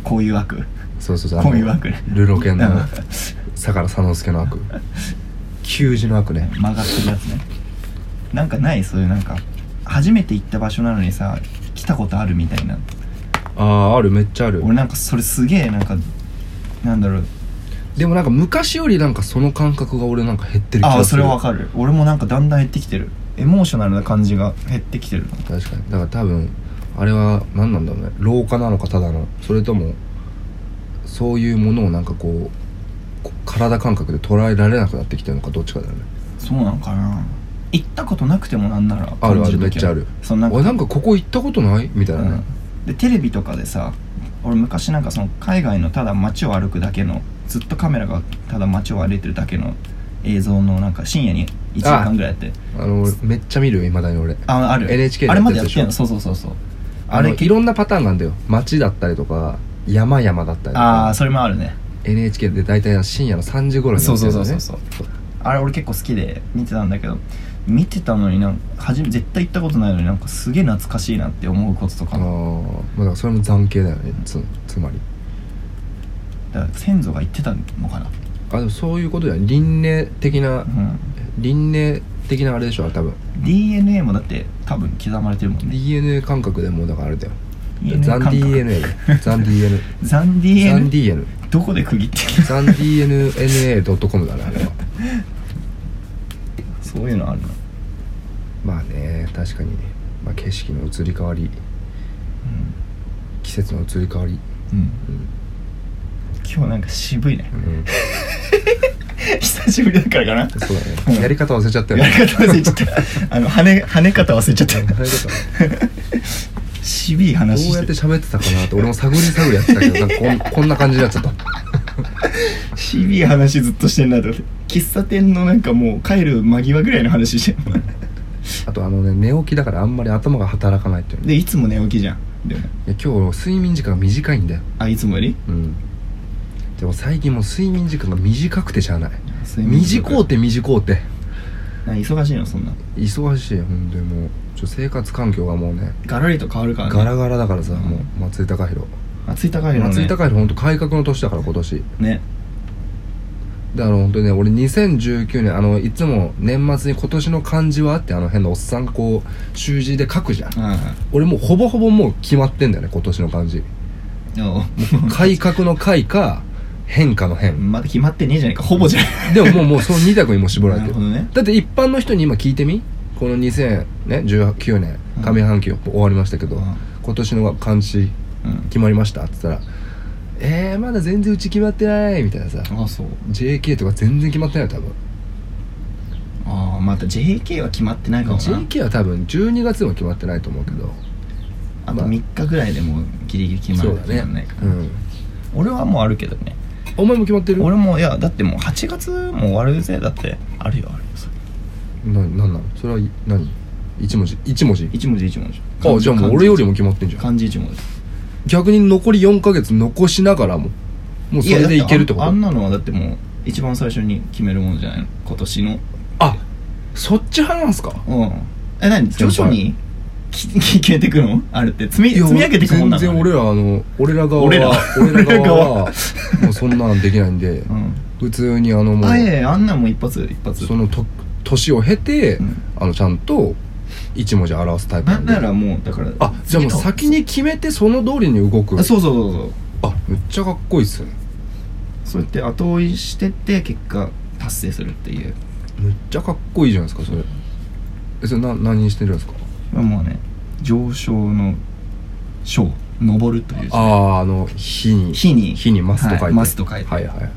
Speaker 2: こういう悪
Speaker 1: そうそうそうあの
Speaker 2: こういう悪ね
Speaker 1: ルロケンの
Speaker 2: うん
Speaker 1: 相良佐之助の 悪給仕の悪ね
Speaker 2: 曲がってるやつねなんかないそういうなんか初めて行った場所なのにさ来たことあるみたいな
Speaker 1: あああるめっちゃある
Speaker 2: 俺なんかそれすげえなんかなんだろう
Speaker 1: でもなんか昔よりなんかその感覚が俺なんか減ってる気がする
Speaker 2: ああそれはわかる俺もなんかだんだん減ってきてるエモーショナルな感じが減ってきてる
Speaker 1: 確かにだから多分あれは何なんだろうね老化なのかただのそれともそういうものをなんかこうこ体感覚で捉えられなくなってきてるのかどっちかだよね
Speaker 2: そうなのかな行ったことなくてもなんなら
Speaker 1: あるある
Speaker 2: 感じ
Speaker 1: めっ
Speaker 2: 時
Speaker 1: ちゃある
Speaker 2: その
Speaker 1: な
Speaker 2: なんんか
Speaker 1: か俺なんかここ行ったことないみたいなね、
Speaker 2: うんでテレビとかでさ俺昔なんかその海外のただ街を歩くだけのずっとカメラがただ街を歩いてるだけの映像のなんか深夜に1時間ぐらいやって
Speaker 1: あの俺めっちゃ見るよいまだに俺
Speaker 2: あある
Speaker 1: NHK で
Speaker 2: あれまでや
Speaker 1: やっ
Speaker 2: ってて
Speaker 1: る
Speaker 2: んの
Speaker 1: でし
Speaker 2: そうそうそうそう
Speaker 1: あ
Speaker 2: あれ
Speaker 1: れいろんなパターンなんだよ街だったりとか山々だったりと
Speaker 2: ああ
Speaker 1: か
Speaker 2: それもあるね
Speaker 1: NHK で大体深夜の3時頃にやってるのね
Speaker 2: そうそうそうあれ俺結構好きで見てたんだけど見てたのになんか初め絶対行ったことないのになんかすげえ懐かしいなって思うことと
Speaker 1: あ
Speaker 2: かだか
Speaker 1: のーまあだからそれも残刑だよねつつまり
Speaker 2: ら先祖が言ってたのかな
Speaker 1: あでもそういうことじゃない輪廻的な
Speaker 2: うん
Speaker 1: 輪廻的なあれでしょ多分
Speaker 2: DNA もだって多分刻まれてるもんね
Speaker 1: DNA 感覚でもうだからあれだよ
Speaker 2: DNA
Speaker 1: ザ
Speaker 2: 感
Speaker 1: ン
Speaker 2: 覚
Speaker 1: DNA だよザン DNA
Speaker 2: ザン
Speaker 1: ザン
Speaker 2: DNA
Speaker 1: DNA
Speaker 2: どこで区切ってる
Speaker 1: ザン DNA.com だねあれは
Speaker 2: そういうのあるの、
Speaker 1: まあね確かにね、まあ、景色の移り変わり季節の移り変わり、
Speaker 2: うん今日なんか渋いね
Speaker 1: うん、
Speaker 2: 久しぶりだからかな
Speaker 1: そうだ
Speaker 2: う
Speaker 1: ね
Speaker 2: ん
Speaker 1: やり方忘れちゃったよ
Speaker 2: や
Speaker 1: ね
Speaker 2: り方忘れちゃ ったあの跳ね跳ね方忘れちゃっ
Speaker 1: やり方
Speaker 2: た渋い話
Speaker 1: どうやって
Speaker 2: して
Speaker 1: 喋ってたかなって俺も探り探りやってたけどなんかこんこんな感じになっちゃった
Speaker 2: 渋い話ずっとしてんなと思って喫茶店のなんかもう帰る間際ぐらいの話して んの
Speaker 1: あとあのね寝起きだからあんまり頭が働かないっていうね
Speaker 2: でいつも寝起きじゃんでも
Speaker 1: いや今日睡眠時間が短いんだよ
Speaker 2: あいつもより
Speaker 1: うんでも最近もう睡眠時間が短くてしゃあない短
Speaker 2: 短
Speaker 1: うて短うて
Speaker 2: なんか忙しいのそんな
Speaker 1: 忙しいよほんでもうちょ生活環境がもうね
Speaker 2: ガラリと変わるからね
Speaker 1: ガラガラだからさもう松井貴弘
Speaker 2: 松井高いのね
Speaker 1: 松井貴弘ほんと改革の年だから今年
Speaker 2: ね
Speaker 1: だから本当にね俺2019年あのいつも年末に今年の漢字はってあの変なおっさんがこう習字で書くじゃん
Speaker 2: あ
Speaker 1: 俺もうほぼほぼもう決まってんだよね今年の漢字
Speaker 2: あも
Speaker 1: 改革の改か変化の
Speaker 2: う
Speaker 1: 変
Speaker 2: まだ決まってねえじゃねえかほぼじゃん
Speaker 1: でももうもうその2択にもう絞られ
Speaker 2: な
Speaker 1: て
Speaker 2: る
Speaker 1: る
Speaker 2: ほどね
Speaker 1: だって一般の人に今聞いてみこの2019年上半期を終わりましたけど、
Speaker 2: うん
Speaker 1: 今年の漢字
Speaker 2: うん
Speaker 1: 決まりましたって言ったら「えー、まだ全然うち決まってない」みたいなさ
Speaker 2: ああそう
Speaker 1: JK とか全然決まってないよ多分
Speaker 2: ああまた JK は決まってないかもな
Speaker 1: JK は多分12月も決まってないと思うけど
Speaker 2: あと3日ぐらいでもうギリギリ決まる
Speaker 1: そうだね
Speaker 2: 決まんないか
Speaker 1: う
Speaker 2: ら
Speaker 1: ん
Speaker 2: 俺はもうあるけどね
Speaker 1: お前も決まってる
Speaker 2: 俺もいやだってもう8月も終わるぜだってあるよあるよそれ
Speaker 1: ななんなのそれはい何一文字一文字
Speaker 2: 一文字一文字
Speaker 1: あじゃあもう俺よりも決まってんじゃん
Speaker 2: 漢字一文字
Speaker 1: 逆に残り4ヶ月残しながらももうそれでいけるってこ
Speaker 2: やだ
Speaker 1: と
Speaker 2: あんあんなのはだってもう一番最初に決めるものじゃないの今年の
Speaker 1: あそっち派なんすか
Speaker 2: うんえ何徐々にき決めてくのあれって積み積み上げてくもんなの
Speaker 1: 全然俺らあの俺ら側は
Speaker 2: 俺ら
Speaker 1: 俺ら側は
Speaker 2: 俺ら
Speaker 1: もうそんなんできないんで普通にあの
Speaker 2: うん
Speaker 1: も
Speaker 2: あいうやいやあんなんも一発一発
Speaker 1: そのと年を経て、
Speaker 2: うん
Speaker 1: あのちゃんと一文字表すタイプ
Speaker 2: な
Speaker 1: なん
Speaker 2: ん
Speaker 1: で
Speaker 2: ならもうだから
Speaker 1: あじゃあもう先に決めてその通りに動く
Speaker 2: あそうそうそうそう
Speaker 1: あめっちゃかっこいいっすね
Speaker 2: そうやって後追いしてって結果達成するっていう
Speaker 1: めっちゃかっこいいじゃないですかそれえそれな何してるんですか
Speaker 2: まあもうね上昇の昇上るという字
Speaker 1: あああの火に
Speaker 2: 火に
Speaker 1: 火にマスと書いて、
Speaker 2: はいマスと書いて
Speaker 1: はいはいはい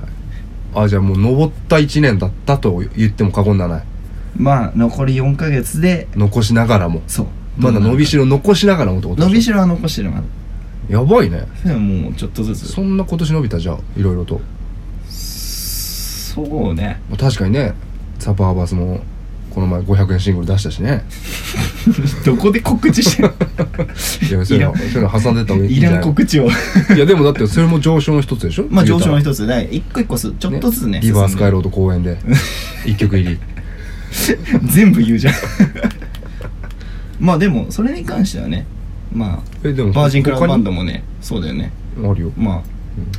Speaker 1: あじゃあもう登った1年だったと言っても過言ではない
Speaker 2: まあ残り4ヶ月で
Speaker 1: 残しながらも
Speaker 2: そう
Speaker 1: まだ伸びしろ残しながらもってこと
Speaker 2: 伸び
Speaker 1: し
Speaker 2: しろは残してるまだ
Speaker 1: やばいね
Speaker 2: それはもうちょっとずつ
Speaker 1: そんな今年伸びたじゃあいろいろと
Speaker 2: そうね
Speaker 1: まあ確かにねサパーバスもこの前500円シングル出した しね
Speaker 2: どこで告知 してんの
Speaker 1: いやそういうの
Speaker 2: い
Speaker 1: そういうの挟んでった方がいいん
Speaker 2: い
Speaker 1: じゃ
Speaker 2: ら
Speaker 1: なんい
Speaker 2: 告知を
Speaker 1: いやでもだってそれも上昇の一つでしょ
Speaker 2: まあ上昇の
Speaker 1: つ
Speaker 2: 一つで一個一個すちょっとずつね
Speaker 1: リバースカイロ
Speaker 2: ー
Speaker 1: ード公園で一曲入り
Speaker 2: 全部言うじゃん まあでもそれに関してはねまあ
Speaker 1: えでも
Speaker 2: バージンクラブバンド
Speaker 1: も
Speaker 2: もねそうだよね
Speaker 1: あるよ
Speaker 2: まあ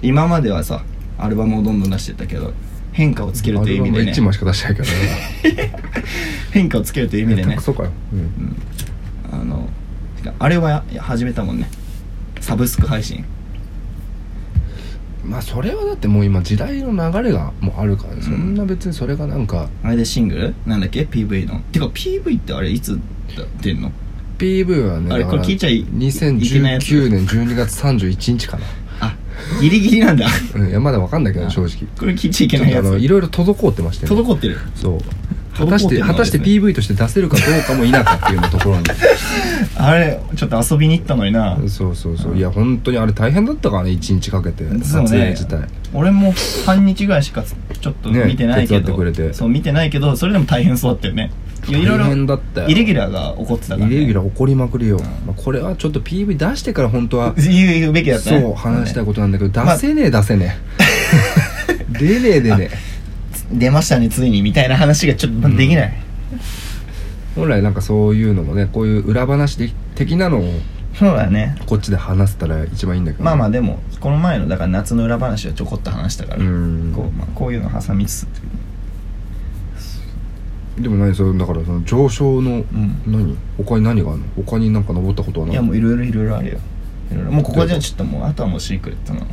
Speaker 2: 今まではさアルバムをどんどん出してったけど変化をつけるという意味でね
Speaker 1: 1枚しか出してないから
Speaker 2: 変化をつけるという意味でね
Speaker 1: そうかよ、うん、
Speaker 2: あのてかあれはや始めたもんねサブスク配信
Speaker 1: まあそれはだってもう今時代の流れがもうあるからね、
Speaker 2: うん
Speaker 1: そんな別にそれがなんか
Speaker 2: あれでシングルなんだっけ PV のてか PV ってあれいつ出んの
Speaker 1: PV はね
Speaker 2: あれこれ聞いちゃいいけないやつ
Speaker 1: 2019年12月31日かな、
Speaker 2: あギリギリなんだ
Speaker 1: うん、いやまだわかんないけど正直
Speaker 2: これ聞いちゃいけ
Speaker 1: ちょ
Speaker 2: な
Speaker 1: っ
Speaker 2: い
Speaker 1: とあ
Speaker 2: やつ
Speaker 1: のいろいろ滞ってまして、
Speaker 2: 滞ってる
Speaker 1: そう果たし
Speaker 2: 滞って
Speaker 1: て
Speaker 2: るの
Speaker 1: 果たして
Speaker 2: ですね
Speaker 1: PV として出せるかどうかも否かっていうようなとこ ろに
Speaker 2: あれちょっと遊びに行ったのにな
Speaker 1: そうそうそういや本当にあれ大変だったからね1日かけて撮影自体
Speaker 2: 俺も半日ぐらいしかちょっと
Speaker 1: ね
Speaker 2: 見てないけど、
Speaker 1: 手伝ってくれて
Speaker 2: そう見てないけどそれでも大変そうだったよねいやいろいろ
Speaker 1: 大変だったよ
Speaker 2: イレギュラーが起こってたから、
Speaker 1: イ
Speaker 2: ね、
Speaker 1: レギュラ
Speaker 2: ー
Speaker 1: ー起こりまくりよ、まあ、これはちょっと PV 出してから本当は
Speaker 2: 言うべきだったね
Speaker 1: そう話したい
Speaker 2: こ
Speaker 1: ことなんだけど、
Speaker 2: まあ
Speaker 1: 出せねえ出せね え出ねえ出ねえ
Speaker 2: と出ましたねついにみたいな話がちょっとまあできない、
Speaker 1: 本来なんかそういうのもねこういう裏話で的なのを
Speaker 2: そうだね
Speaker 1: こっちで話せたら一番いいんだけどね、
Speaker 2: まあまあでもこの前のだから夏の裏話はちょこっと話したから、
Speaker 1: うん
Speaker 2: こうまあ、こういうの挟みつつっていう
Speaker 1: でも何それだからその上昇の、
Speaker 2: ん
Speaker 1: 何他に何があるの他になんか登ったことはない
Speaker 2: いやもういろいろいろいろあるよいろいろもうここじゃちょっともうあとはもうシークレットなの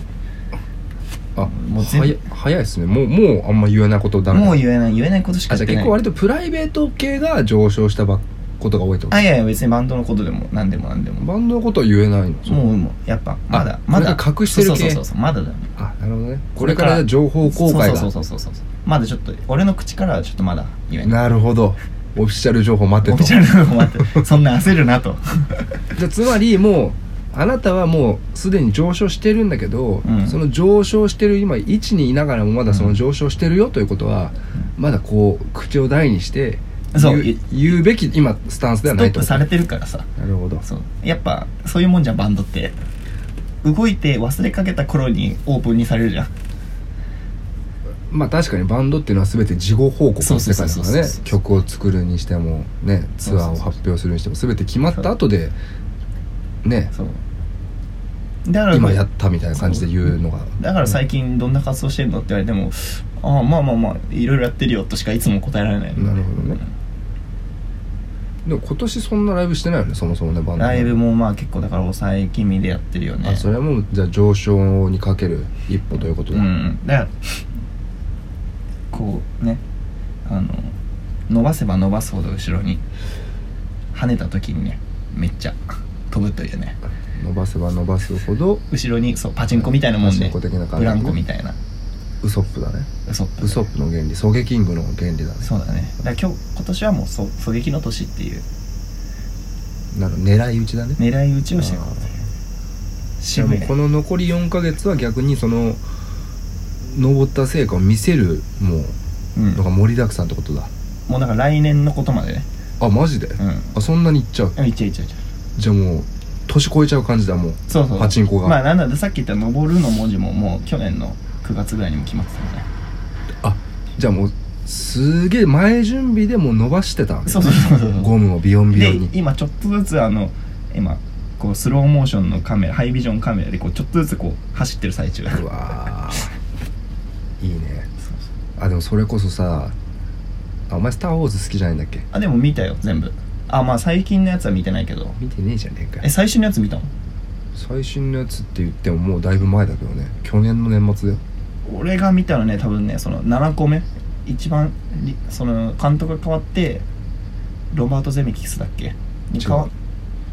Speaker 1: あ
Speaker 2: もう全
Speaker 1: 早い早いですねもうもうあんま言えないことだらけ
Speaker 2: もう言えない言えないことしか
Speaker 1: あじ
Speaker 2: 言
Speaker 1: ゃ
Speaker 2: ってない
Speaker 1: あ結構割とプライベート系が上昇したばことが多いってこと
Speaker 2: あいやいや別にバンドのことでも何でも何でもも
Speaker 1: バンドのことは言えないの
Speaker 2: うもうやっぱまだまだ
Speaker 1: なんか隠してる系
Speaker 2: そうそうそうそうまだだよ
Speaker 1: あなるほどねこ
Speaker 2: こ
Speaker 1: れ
Speaker 2: れ
Speaker 1: か
Speaker 2: からら
Speaker 1: 情報公開だ
Speaker 2: そうそうそうそうそうまだちょっと俺の口からはちょっとまだ言えない
Speaker 1: なるほどオフィシャル情報待て
Speaker 2: オ
Speaker 1: と
Speaker 2: フィシャルなの待 ってそんな焦るなと
Speaker 1: じゃあつまりもうあなたはもうすでに上昇してるんだけど、
Speaker 2: うん
Speaker 1: その上昇してる今位置にいながらもまだその上昇してるよということは、まだこう口を大にして
Speaker 2: そう
Speaker 1: 言う言うべき今スタンスでは
Speaker 2: ス
Speaker 1: な
Speaker 2: ト
Speaker 1: い
Speaker 2: ッ
Speaker 1: と
Speaker 2: プされてるからさ
Speaker 1: なるほど
Speaker 2: そうやっぱそういうもんじゃんバンドって動いて忘れかけた頃にオープンにされるじゃん
Speaker 1: まあ確かにバンドっていうのは全て事後報告の世界だ
Speaker 2: そうそうそ
Speaker 1: から
Speaker 2: う
Speaker 1: ね
Speaker 2: そう
Speaker 1: 曲を作るにしてもねツアー
Speaker 2: そうそう
Speaker 1: を
Speaker 2: そう
Speaker 1: 発表するにしても全て決まった後でね
Speaker 2: そうだから
Speaker 1: 今やったみたいな感じで言うのが
Speaker 2: だから最近どんな活動してんのって言われてもああまあまあまあいろいろやってるよとしかいつも答えられない
Speaker 1: なるほどねでも今年そんなライブしてないよねそもそもねバンド
Speaker 2: ライブもまあ結構だから抑え気味でやってるよね
Speaker 1: あそれはもうじゃあ上昇にかける一歩ということ
Speaker 2: う
Speaker 1: だ、
Speaker 2: んだからこうねあの伸ばせば伸ばすほど後ろに跳ねた時にねめっちゃ飛ぶというね
Speaker 1: 伸ばせば伸ばすほど
Speaker 2: 後ろにそうパチンコみたいなもんで、
Speaker 1: パチンコ的な感じね
Speaker 2: ブランコみたいな
Speaker 1: ウソップだね
Speaker 2: ウソップ
Speaker 1: ウソップの原理ソゲキングの原理だね
Speaker 2: そうだねだから今日今年はもうそ狙撃の年っていう
Speaker 1: なる狙い撃ちだね
Speaker 2: 狙い撃ちをしていこ
Speaker 1: あ
Speaker 2: う
Speaker 1: じゃあ
Speaker 2: 渋
Speaker 1: も
Speaker 2: いうね
Speaker 1: この残り4ヶ月は逆にその登った成果を見せるも
Speaker 2: う
Speaker 1: うの
Speaker 2: ん
Speaker 1: が盛りだくさんってことだ
Speaker 2: もうだから来年のことまでね
Speaker 1: あマジで、
Speaker 2: う
Speaker 1: あそんなにいっちゃうん
Speaker 2: いっちゃいっちゃいっちゃ
Speaker 1: じゃあもう年越えちゃう感じだもう
Speaker 2: そうそう
Speaker 1: パチンコが
Speaker 2: まあなんだってさっき言った「登る」の文字ももう去年の9月ぐらいにも決まってたんね
Speaker 1: あじゃあもうすげえ前準備でもう伸ばしてたわけ
Speaker 2: そうそうそうそう
Speaker 1: ゴムをビヨンビヨンに
Speaker 2: で今ちょっとずつあの今こうスローモーションのカメラハイビジョンカメラでこうちょっとずつこう走ってる最中
Speaker 1: うわーいいねあでもそれこそさあお前「スター・ウォーズ」好きじゃないんだっけ
Speaker 2: あでも見たよ全部あまあ最近のやつは見てないけど
Speaker 1: 見てねえじゃねえか
Speaker 2: え
Speaker 1: よ
Speaker 2: 最新のやつ見たの
Speaker 1: 最新のやつって言ってももうだいぶ前だけどね去年の年末だよ
Speaker 2: 俺が見たのね多分ねその7個目一番りその監督が変わってロバート・ゼメキスだっけに変
Speaker 1: 違
Speaker 2: わ
Speaker 1: う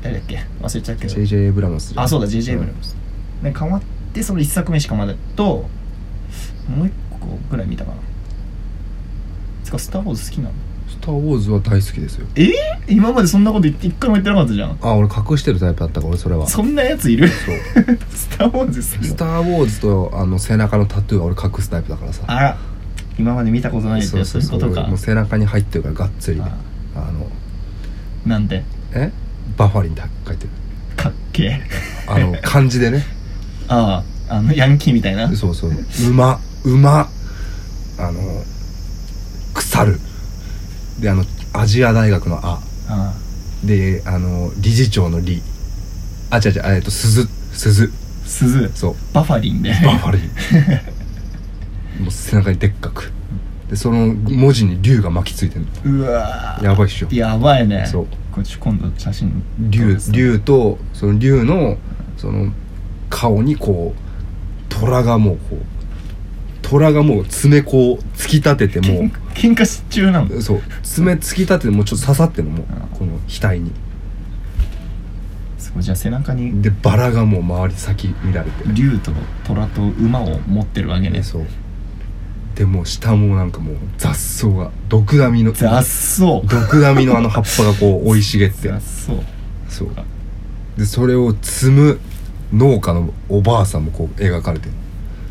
Speaker 2: 誰だっけ忘れちゃったけど
Speaker 1: JJ エイブラムス
Speaker 2: あそうだ JJ エイ
Speaker 1: ブ
Speaker 2: ブラムス、ね変わってその1作目しかまだともう1個ぐらい見たかなつか「スター・ウォーズ」好きなの
Speaker 1: スター・ウォーズは大好きですよ
Speaker 2: えー、今までそんなこと言って一回も言ってなかったじゃん
Speaker 1: あ俺隠してるタイプだったから俺それは
Speaker 2: そんなやついる
Speaker 1: そう
Speaker 2: スター・ウォーズ好き
Speaker 1: スター・ウォーズとあの背中のタトゥーは俺隠すタイプだからさ
Speaker 2: あら今まで見たことないってやつそういうこと
Speaker 1: 俺
Speaker 2: か
Speaker 1: もう背中に入ってるからがっつりね
Speaker 2: あ
Speaker 1: あの
Speaker 2: なんて
Speaker 1: えバファリンって書いてる
Speaker 2: かっけえ
Speaker 1: あの漢字でね
Speaker 2: あああのヤンキーみたいな
Speaker 1: そうそう馬馬あの腐るであのアジア大学の「あ
Speaker 2: あ」
Speaker 1: であの理事長の「理」あ違う違うえっと鈴鈴
Speaker 2: あ鈴
Speaker 1: そう
Speaker 2: バファリンで
Speaker 1: バファリンもう背中にでっかくでその文字に竜が巻きついてる
Speaker 2: うわー
Speaker 1: やばいっしょ
Speaker 2: やばいね
Speaker 1: そう
Speaker 2: こっち今度写真
Speaker 1: 竜竜とその竜のその顔にこう虎がもうこう虎がもう爪こう突き立てても
Speaker 2: 喧喧嘩し中なの
Speaker 1: うそう爪突き立ててもうちょっと刺さってるのもうこの額に
Speaker 2: すごいじゃあ背中に
Speaker 1: でバラがもう周り先見られて
Speaker 2: 竜と虎と馬を持ってるわけね
Speaker 1: そうでもう下もなんかもう雑草が毒ダミの
Speaker 2: 雑草
Speaker 1: 毒ダミのあの葉っぱがこう生い茂って
Speaker 2: 雑草
Speaker 1: そうでそれを摘む農家のおばあさんもこう描かれてる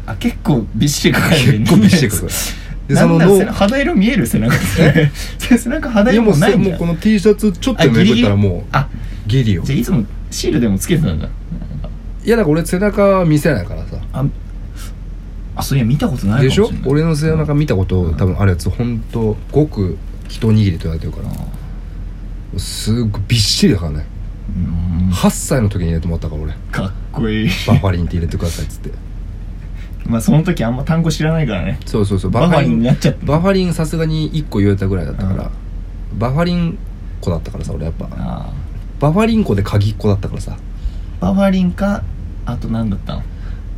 Speaker 2: あ結構びっしり描かれてる
Speaker 1: 結構びっし り描かれてるで
Speaker 2: な
Speaker 1: そ
Speaker 2: ん
Speaker 1: の
Speaker 2: なら
Speaker 1: 農
Speaker 2: 背中肌色見える背中 背中肌
Speaker 1: いや
Speaker 2: 色
Speaker 1: も
Speaker 2: も
Speaker 1: う
Speaker 2: ない
Speaker 1: せ
Speaker 2: んだ
Speaker 1: もう
Speaker 2: よ
Speaker 1: この T シャツちょっとめくったらも
Speaker 2: あ
Speaker 1: うギリよ
Speaker 2: じゃあいつもシールでもつけてたんだなんか
Speaker 1: いやだから俺背中は見せないからさ
Speaker 2: ああそういや見たことないかも
Speaker 1: でしょ
Speaker 2: れない
Speaker 1: 俺の背中見たこと、
Speaker 2: うん
Speaker 1: 多分あるやつほんとごく一握りと言われてるからすっごいびっしりだからね
Speaker 2: うん
Speaker 1: 8歳の時に入れてもらったから俺
Speaker 2: かっこいい
Speaker 1: バファリンって入れてくださいっつって
Speaker 2: まあその時あんま単語知らないからね
Speaker 1: そうそうそう
Speaker 2: バファリンになっちゃった
Speaker 1: バファリンさすがに1個言えたぐらいだったから、バファリン子だったからさ俺やっぱ
Speaker 2: あ
Speaker 1: バファリン子で鍵っ子だったからさ
Speaker 2: ーバファリンかあと何だったの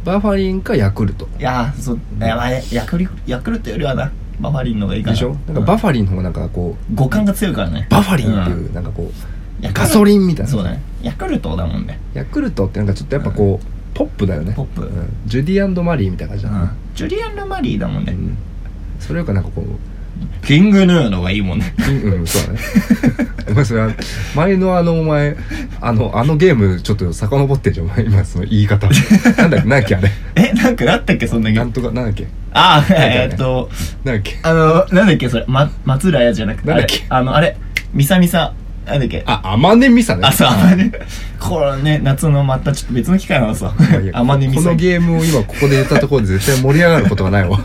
Speaker 1: バファリンかヤクルト
Speaker 2: いやーそういやまあヤクリヤクルトよりはなバファリンの方がいいかな
Speaker 1: でしょなんか
Speaker 2: うん
Speaker 1: バファリンの方がなんかこう
Speaker 2: 五感が強いからね
Speaker 1: バファリンっていうう、なんかこ
Speaker 2: ヤ
Speaker 1: う
Speaker 2: ク
Speaker 1: ガ
Speaker 2: ル
Speaker 1: ソリンみたいな
Speaker 2: そうだねヤクルトだもんね
Speaker 1: ヤクルトってなんかちょっとやっぱこう、ポップだよね
Speaker 2: ポップ
Speaker 1: うんジュディマリーみたいな感じだな、
Speaker 2: ジュリアン・ラマリーだもん
Speaker 1: う
Speaker 2: ね
Speaker 1: んそれよりかなんかこう
Speaker 2: キングヌーの方がいいもんね
Speaker 1: 金うんそうだねお前それは前のあのお前あのあのゲームちょっと遡ってんじゃんお前今その言 い方なんだっけなんだっけあれ
Speaker 2: えなんかあったっけそんなゲ
Speaker 1: な
Speaker 2: ー
Speaker 1: ん
Speaker 2: ム
Speaker 1: とかなんだっけ
Speaker 2: ああ
Speaker 1: だよね
Speaker 2: えーっと
Speaker 1: なんだっけ
Speaker 2: あのなんだっけそれ、ま、松浦綾じゃなくて
Speaker 1: なん
Speaker 2: あ
Speaker 1: だっ
Speaker 2: れ
Speaker 1: け
Speaker 2: あのあれミサミサなんだっけ
Speaker 1: あアマネミサね
Speaker 2: あそうあまねこれね夏のまたちょっと別の機会なのさ
Speaker 1: まあいいや
Speaker 2: あまねみ
Speaker 1: こ
Speaker 2: さ
Speaker 1: のゲームを今ここで言ったところで絶対盛り上がることがないわ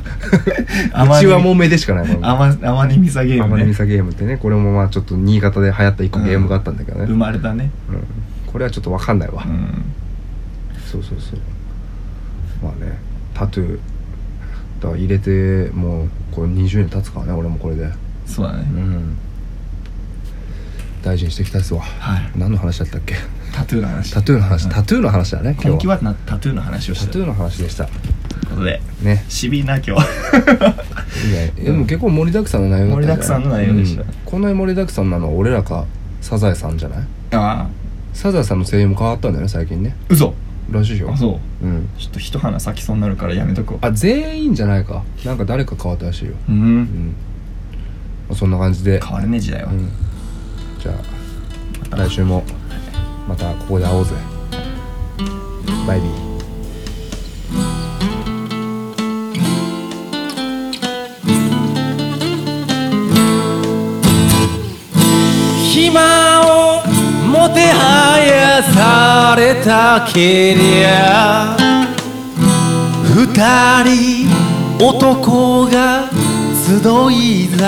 Speaker 2: あま
Speaker 1: う
Speaker 2: ね
Speaker 1: ちはもめでしかないもん
Speaker 2: あまあまねみさゲー
Speaker 1: アマ
Speaker 2: ム
Speaker 1: ネミ
Speaker 2: ね
Speaker 1: サゲームってねこれもまあちょっと新潟で流行った一個ゲームがあったんだけどね、
Speaker 2: 生まれたね
Speaker 1: うんこれはちょっとわかんないわ、
Speaker 2: うん
Speaker 1: そうそうそうまあねタトゥーだから入れてもうこれ20年経つからね俺もこれで
Speaker 2: そうだね
Speaker 1: うん大事にしていきたいっすわ
Speaker 2: はい
Speaker 1: 何の話だったっけ
Speaker 2: タトゥーの話
Speaker 1: タトゥーの話
Speaker 2: うん
Speaker 1: タトゥーの話だね今
Speaker 2: 今
Speaker 1: 日
Speaker 2: 期
Speaker 1: は
Speaker 2: はなタトゥーの話をし
Speaker 1: タ
Speaker 2: た
Speaker 1: トゥーの話でした
Speaker 2: ということで
Speaker 1: ね
Speaker 2: しびいな今日
Speaker 1: いいねでも結構盛りだくさんの内容だ
Speaker 2: 盛り
Speaker 1: ったんじゃない
Speaker 2: だくさんの内容でした
Speaker 1: うんこんなに盛りだくさんなのは俺らかサザエさんじゃない
Speaker 2: ああ
Speaker 1: サザエさんの声優も変わったんだよね最近ね
Speaker 2: 嘘
Speaker 1: らしいよ
Speaker 2: あそう
Speaker 1: う、ん、
Speaker 2: ちょっと一花咲きそうになるからやめとこう
Speaker 1: あ全員じゃないかなんか誰か変わったらしいよ
Speaker 2: う
Speaker 1: うんん、まあ、そんな感じで、
Speaker 2: 変わるね時代は
Speaker 1: うん、じゃあ来週もまたここで会おうぜバイビー
Speaker 3: 暇をもてはやされたけりゃ二人男が集い酒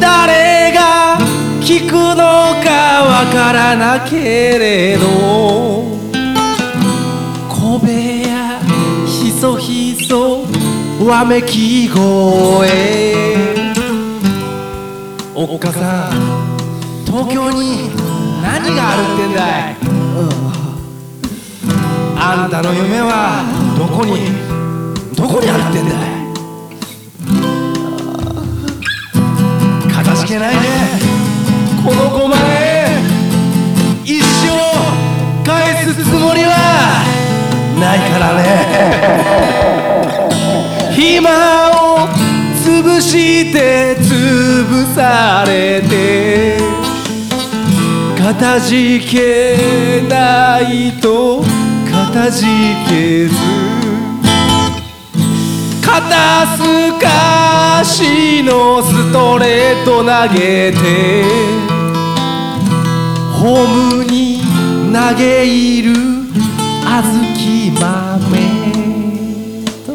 Speaker 3: 誰が聞くのかわからなけれど小部屋ひそひそわめき声おっかさん東京に何があるってんだい、うんあんたの夢はどこにどこにあるってんだいかたじけないねこの5万円一生返すつもりはないからね暇を潰して潰されてかたじけないとかたじけず肩すかしのストレート投げてホームに投げ入る小豆豆と。